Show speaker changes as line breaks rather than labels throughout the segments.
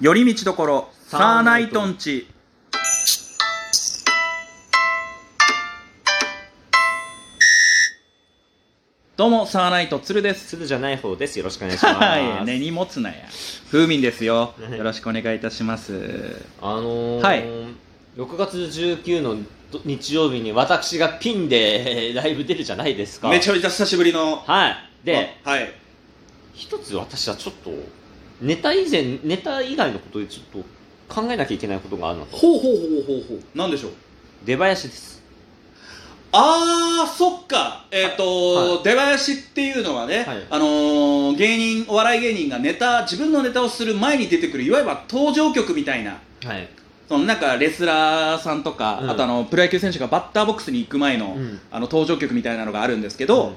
寄り道どころサーナイトンチどうもサーナイトつるです
するじゃない方です。よろしくお願い します。
はい 根に持つなや風味ですよ
はい
よろしくお願いいたします
あのー
はい
6月19のど日曜日に私がピンで ライブ出るじゃないですか。
めちゃめちゃ久しぶりの。
はい。で、
あはい。
一つ私はちょっと、ネタ以前、ネタ以外のことでちょっと考えなきゃいけないことがあるなと。
ほうほうほうほうほう。なんでしょう。
出囃子です。
あー、そっか。えっ、と、
は
出囃子っていうのはね、
はい
あのー芸人、お笑い芸人がネタ、自分のネタをする前に出てくる、いわば登場曲みたいな。
はい。
そのなんかレスラーさんとか、
うん
あとあのプロ野球選手がバッターボックスに行く前の,、
うん
あの登場曲みたいなのがあるんですけど、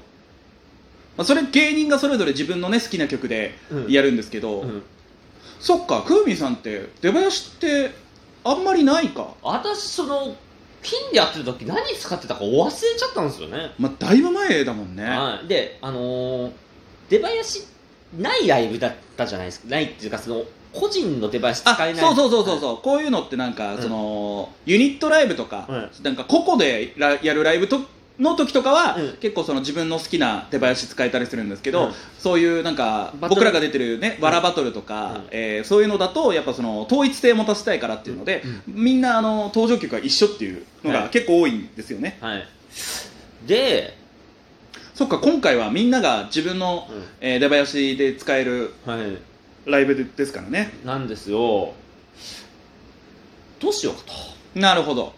まあ、それ芸人がそれぞれ自分のね好きな曲で
うん
やるんですけど、
うん
そっかクーミンさんって出囃子ってあんまりないか
私、その、ピンでやってる時何使ってたかお忘れちゃったんですよね。
まあ、だいぶ前だもんね、
はい、で、あのー出囃子ないライブだったじゃないですか、ないっていうか、その個人の出囃子
あ
使えない、
そうそうそうそうそう、こういうのってなんか、
うん
そのユニットライブとか、
は
なんか個々でらやるライブとの時とかは、
うん
結構その自分の好きな手林使えたりするんですけど、
うん
そういうなんか
バトル
僕らが出てるね
うん
わらバトルとか、
うん
えーそういうのだとやっぱその統一性持たせたいからっていうので、みんなあの登場曲が一緒っていうの
は
が
い
結構多いんですよね、
はい、で、
そっか今回はみんなが自分の、えー出囃子で使える
は
ライブでですからね
い、なんですよ、どうしようかと。
なるほど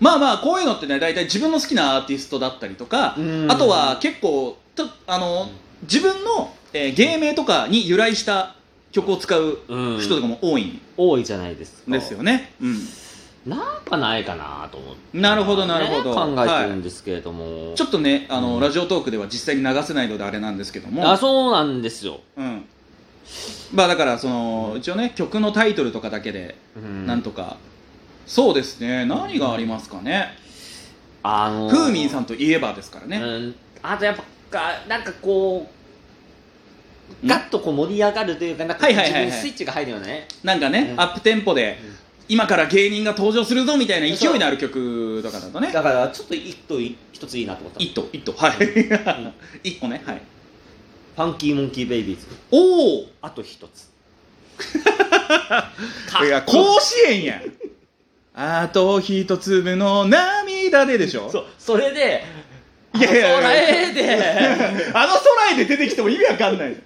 まあまあこういうのってね大体自分の好きなアーティストだったりとか、あとは結構とあの、
うん
自分の、えー芸名とかに由来した曲を使う
うん、
人とかも多いん
多いじゃないですか。
ですよね、うん
なんかないかなと思って、
なるほどなるほど
ね考えてるんですけれども、
ちょっとねあの、
うん
ラジオトークでは実際に流せないのであれなんですけども
あそうなんですよ。
うんまあだからその
うん
一応ね曲のタイトルとかだけで
うん
なんとか、そうですね何がありますかね、
あの
ふうみんさんといえばですからね、
うん、あとやっぱかなんかこ
う
うんガッとこう盛り上がるというかなんか
はいはい
自
はいはい
分にスイッチが入るよね、
なんかね、
うん
アップテンポで、
うん
今から芸人が登場するぞみたいな勢いのある曲とかだとね
だからちょっと一と一一ついいなと思った
一頭一頭はい一個ねはい
ファンキーモンキーベイビーズ
おお
あと一つ
いや甲子園やんあと一粒の涙ででしょ
そうそれで
いやいやいや
いや
あの空へで出てきても意味わかんない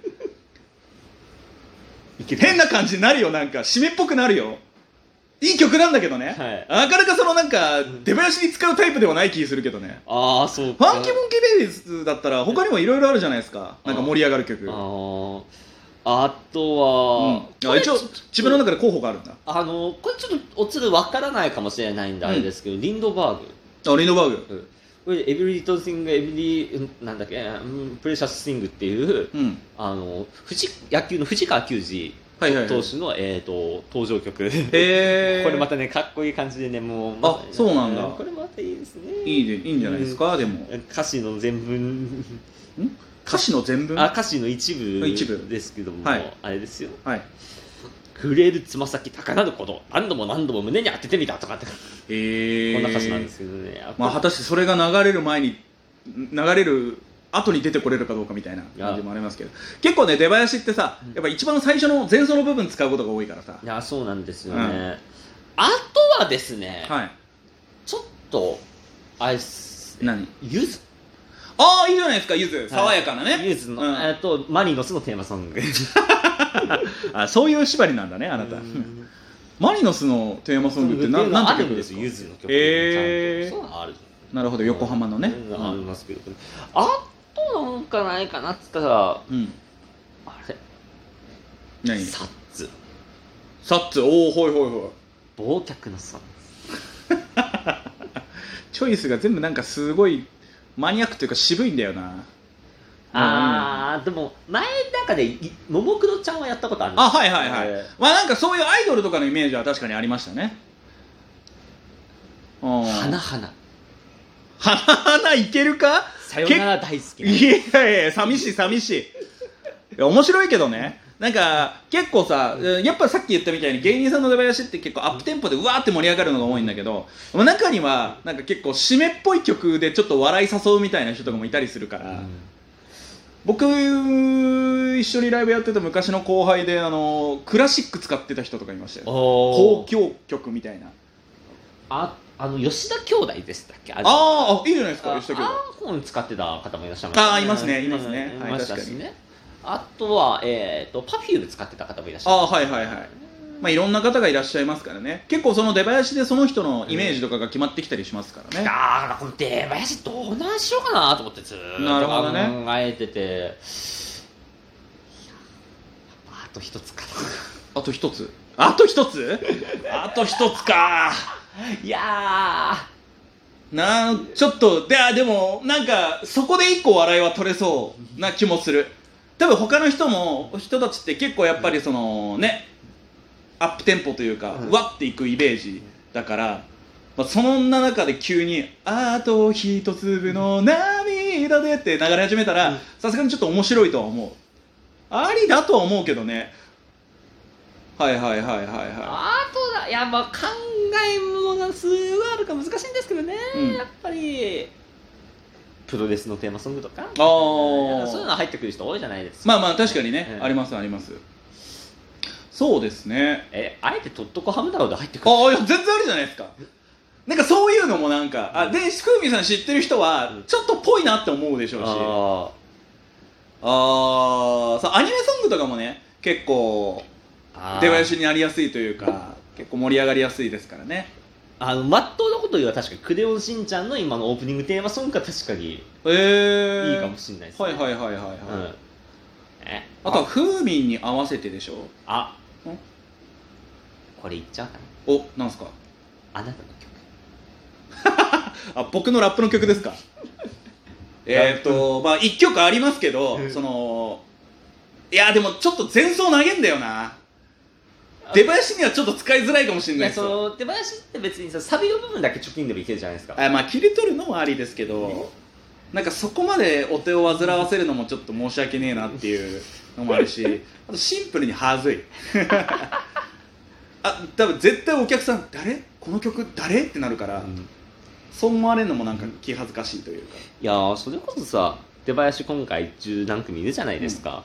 変な感じになるよなんか締めっぽくなるよいい曲なんだけどね、なかなかそのなんか出囃子に使うタイプではない気するけどね
ああそう
フ
か
ァンキーモンキーベイビーズだったら他にもいろいろあるじゃないですかなんか盛り上がる曲うん、
あああとは、こ
あ
れ
一応自分の中で候補があるんだ
あのこれちょっとおつるわからないかもしれないんで、
うん
あれですけどリンドバーグ
あリンドバーグ
これエブリ i ト h ングエブリなんだっけプレシャスシングっていう
うん
あの藤野球の藤川球児
はいはい、
投手の、えー、と登場曲、
えー、
これまたねかっこいい感じでねもう、まさにね
そうなんだ
これまたいいですね
いいでいいんじゃないですか、でも
歌詞の全文
歌詞の全文
あ
は
歌詞の一部
一部
ですけども、
はい
あれですよ
い
「触れるつま先高鳴ること何度も何度も胸に当ててみた」とかって
えー、
こんな歌詞なんですけどね、あ
まあ果たしてそれが流れる前にん流れる後に出てこれるかどうかみたいな感じもありますけど結構ね出囃子ってさやっぱ一番最初の前奏の部分使うことが多いからさ、
いやそうなんですよね、
うん
あとはですね、
はい
ちょっとあれっすね
何
ゆず
ああいいじゃないですかゆず爽やかなね、
ゆずの、
うん
えっとマリノスのテーマソング
あそういう縛りなんだねあなた
うん
マリノスのテーマソングって
テー
何
マ
な
あ
んて
る
曲
ん
で
ですす
か
よゆずの曲に
えー
ちゃんとそういうのある
なるほど横浜のね、
う
うん
あり
ん
ますけどあとなんかないかなっつったら
うん、
あれ、
何
サッツ
サッツおおほいほいほい
忘却のサッ
チョイスが全部なんかすごいマニアックというか渋いんだよな
あーでも前なんかでいももクロちゃんはやったことあるんです
あはいはいはい、
え
まあなんかそういうアイドルとかのイメージは確かにありましたねうん
ー花花
花花いけるか
さよなら大好き
いやいや寂しい寂しいいや面白いけどねなんか結構さやっぱさっき言ったみたいに芸人さんの出囃子って結構アップテンポでうわーって盛り上がるのが多いんだけど中にはなんか結構締めっぽい曲でちょっと笑い誘うみたいな人とかもいたりするから、僕一緒にライブやってた昔の後輩であのクラシック使ってた人とかいましたよ
お
交
ー
響曲みたいな
ああの吉田兄弟でしたっけあ
あーあいいじゃないですか
あ
吉田兄弟
あーコーン使ってた方もいらっしゃいました
あーいますねいますね
うん
はい
いましたしねあとはえっとパフューム使ってた方もいらっしゃい
ああ
ました
はいはいはいまあいろんな方がいらっしゃいますからね結構その出囃子でその人のイメージとかが決まってきたりしますからね、
あーこの出囃子どうなんしようかなと思ってずー
な
っ
る
と
ほどね
考えてて、いやあと一つか
あと一つあと一つあと一つか
ないや
なあちょっとであでもなんかそこで一個笑いは取れそうな気もする多分他の人も人たちって結構やっぱりそのねアップテンポというか、
うん
わっていくイメージだから、まあ、そんな中で急に「あと一粒の涙で」って流れ始めた
うん
らさすがにちょっと面白いとは思うありだとは思うけどねはいはいはいはい
ー
は
あとだいやまあ考えものがすごいあるから難しいんですけどね、
うん
やっぱりプロレスのテーマソングとか
いああ
そういうの入ってくる人多いじゃないですか
まあまあ確かにね、
うん
ありますありますそうですね
えあえてとっとこハム太郎で入ってくる
ああいや全然あるじゃないですかなんかそういうのもなんかあでスクーミーさん知ってる人はちょっとぽいなって思うでしょうしあ
あ
あーそうアニメソングとかもね結構
あ
出囃子になりやすいというか結構盛り上がりやすいですからね
あのまっとうなこと言えば確かに「クレヨンしんちゃん」の今のオープニングテーマソングが確かにいい
えー、
かもしれないですね、
はいはいはいはいはい、
うんえ
あとはフーミンに合わせてでしょ
あ
ん
これ言っちゃうか
おなんすか
なあなたの曲
あ僕のラップの曲ですか えーっとまあ1曲ありますけど、
うん
そのいやでもちょっと前奏投げんだよな出囃子にはちょっと使いづらいかもしれ
い
ない
や
です
そ
よ
の手囃子って別にさサビの部分だけ貯金でもいけるじゃないですか
あまあ切り取るのもありですけどなんかそこまでお手を煩わせるのもちょっと申し訳ねえなっていうのもあ るしあとシンプルにはずい あ多分絶対お客さん誰この曲誰ってなるから、
うん
そう思われるのもなんか気恥ずかしいというか
いやーそれこそさ出囃子今回十何組いるじゃないですか、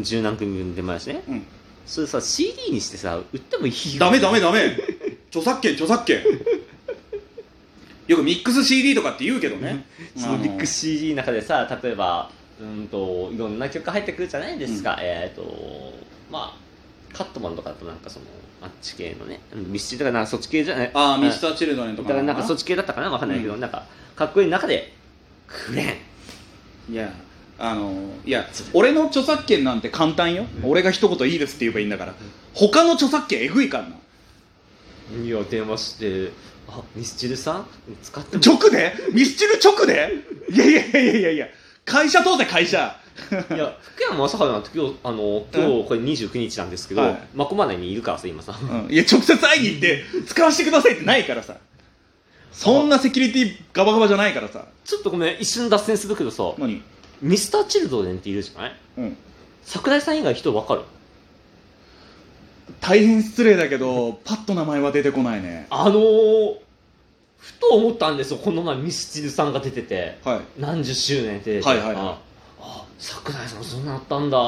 十何組分出囃子ね、
うん
それさ CD にしてさ売ってもいいよ
ダメダメダメ著作権著作権よくミックス CD とかって言うけどね、
そのミックス CD の中でさ例えばうんといろんな曲入ってくるじゃないですか、えっ、とまあカットマンとかだとなんかそのあっち系のねミスチルとかなんかそっち系じゃない
あのあ
うん
ミスターチルドレンと
だ
か
からなんかそっち系だったかなわかんないけど、なんかかっこいい中でクレーン
いやあのいや俺の著作権なんて簡単よ、
うん
俺が一言いいですって言えばいいんだから、他の著作権えぐいからない
や電話して「あミスチルさん使っても
直でミスチル直でいやいやいやいやいや会社通せ会社
いや福山雅治なんて今日あの今日これ29日なんですけど、
はい
マコマネにいるからさ今さ
うんいや直接会いに行って使わせてくださいってないからさそんなセキュリティガバガバじゃないからさ
ちょっとごめん一瞬脱線するけどさ
何
ミスターチルドレンっているじゃない
うん
桜井さん以外人わかる
大変失礼だけどパッと名前は出てこないね
あのー、ふと思ったんですよこの前ミスチルさんが出てて
はい
何十周年って、
はいはいはい
ああ桜井さんそんなのあったんだ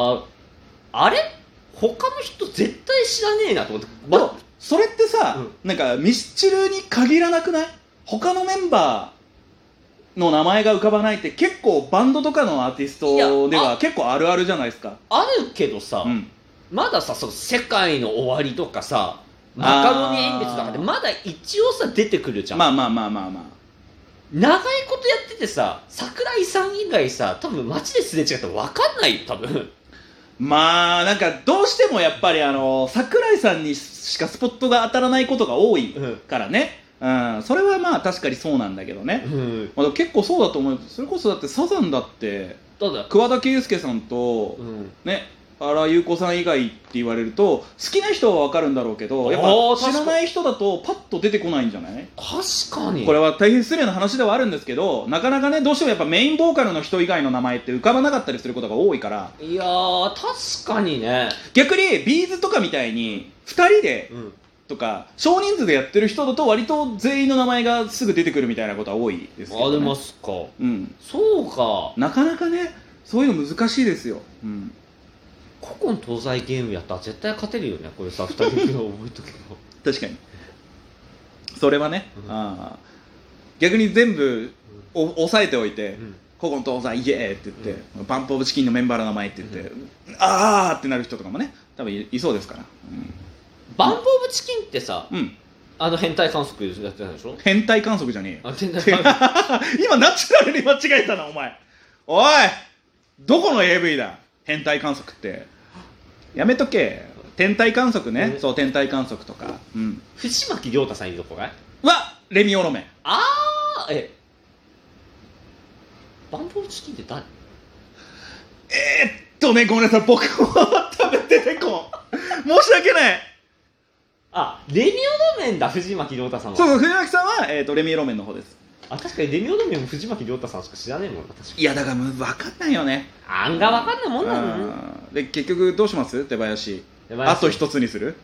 あれ他の人絶対知らねえなと思って、
で
ま
もそれってさ、
う
なんかミスチルに限らなくない他のメンバーの名前が浮かばないって結構バンドとかのアーティストで
いや
は結構あるあるじゃないですか、
あるけどさ、
うん、
まださその世界の終わりとかさマ
あー
カロニ鉛筆とかでまだ一応さ出てくるじゃん、
まあまあまあまあまあ
長いことやっててさ桜井さん以外さ多分街ですれ違ったら分かんないよ多分
まあなんかどうしてもやっぱりあの桜井さんにしかスポットが当たらないことが多い
うん、
からね、うん、それはまあ確かにそうなんだけどね、まあ、でも結構そうだと思うそれこそだってサザンだって
ただ
桑田佳祐さんと
うん
ね、あ原由子さん以外って言われると好きな人は分かるんだろうけどやっ
あ
ぱ
ー
知
確から
ない人だとパッと出てこないんじゃない
確かに
これは大変失礼な話ではあるんですけどなかなかねどうしてもやっぱメインボーカルの人以外の名前って浮かばなかったりすることが多いから
いやー確かにね
逆にビーズとかみたいに2人で
うん
とか少人数でやってる人だと割と全員の名前がすぐ出てくるみたいなことは多いですけ
あ
ど、
で
ね、
ますか
うん、
そうか
なかなかねそういうの難しいですよ、うん、
古今東西ゲームやったら絶対勝てるよねこれさ2人で覚えとけば
確かにそれはね、
うん
ああ逆に全部お抑えておいて
うん
「古今東西イエーイ!」って言って「バンプ・オブ・チキン」のメンバーの名前って言って「ああ!」ってなる人とかもね多分いいそうですから、
バンプ・オブ・チキンってさ
うんうん、
あの変態観測やってないでしょ
変態観測じゃねえよ
あ変態観測
今ナチュラルに間違えたなお前おいどこの AV だ天体観測ってやめとけ天体観測ね、
うん
そう天体観測とかうん
藤巻亮太さんいるとこかい
はレミオロメン
ああえバンプ・オブ・チキンって誰
えー、っとねごめんなさい僕は多分出てこん申し訳ない
あレミオドメンだ藤巻亮太さんは
そうそう藤巻さんは、えーっとレミオロメンの方です
あ確かにレミオドメンも藤巻亮太さんしか知らねえもんな確かに
いやだからむ分かんないよね
あんがわかんないもんなのね
うんで結局どうします手林
やばい
あと一つにする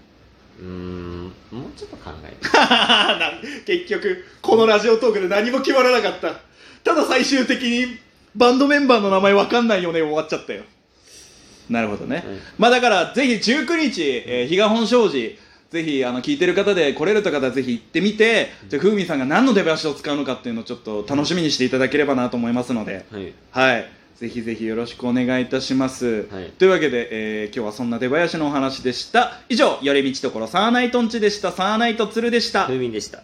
うーんもうちょっと考えて
なん結局このラジオトークで何も決まらなかったただ最終的にバンドメンバーの名前わかんないよね終わっちゃったよなるほどね、
うん
まあだからぜひ19日、えー、比嘉本庄寺ぜひあの聞いてる方で来れる方はぜひ行ってみてじゃあふうみんさんが何の出足を使うのかっていうのをちょっと楽しみにしていただければなと思いますので
はい
はいぜひぜひよろしくお願いいたします、
はい
というわけで、えー今日はそんな出囃子のお話でした以上「よれみちところサーナイトンチ」でしたサーナイトつるでした
風味でした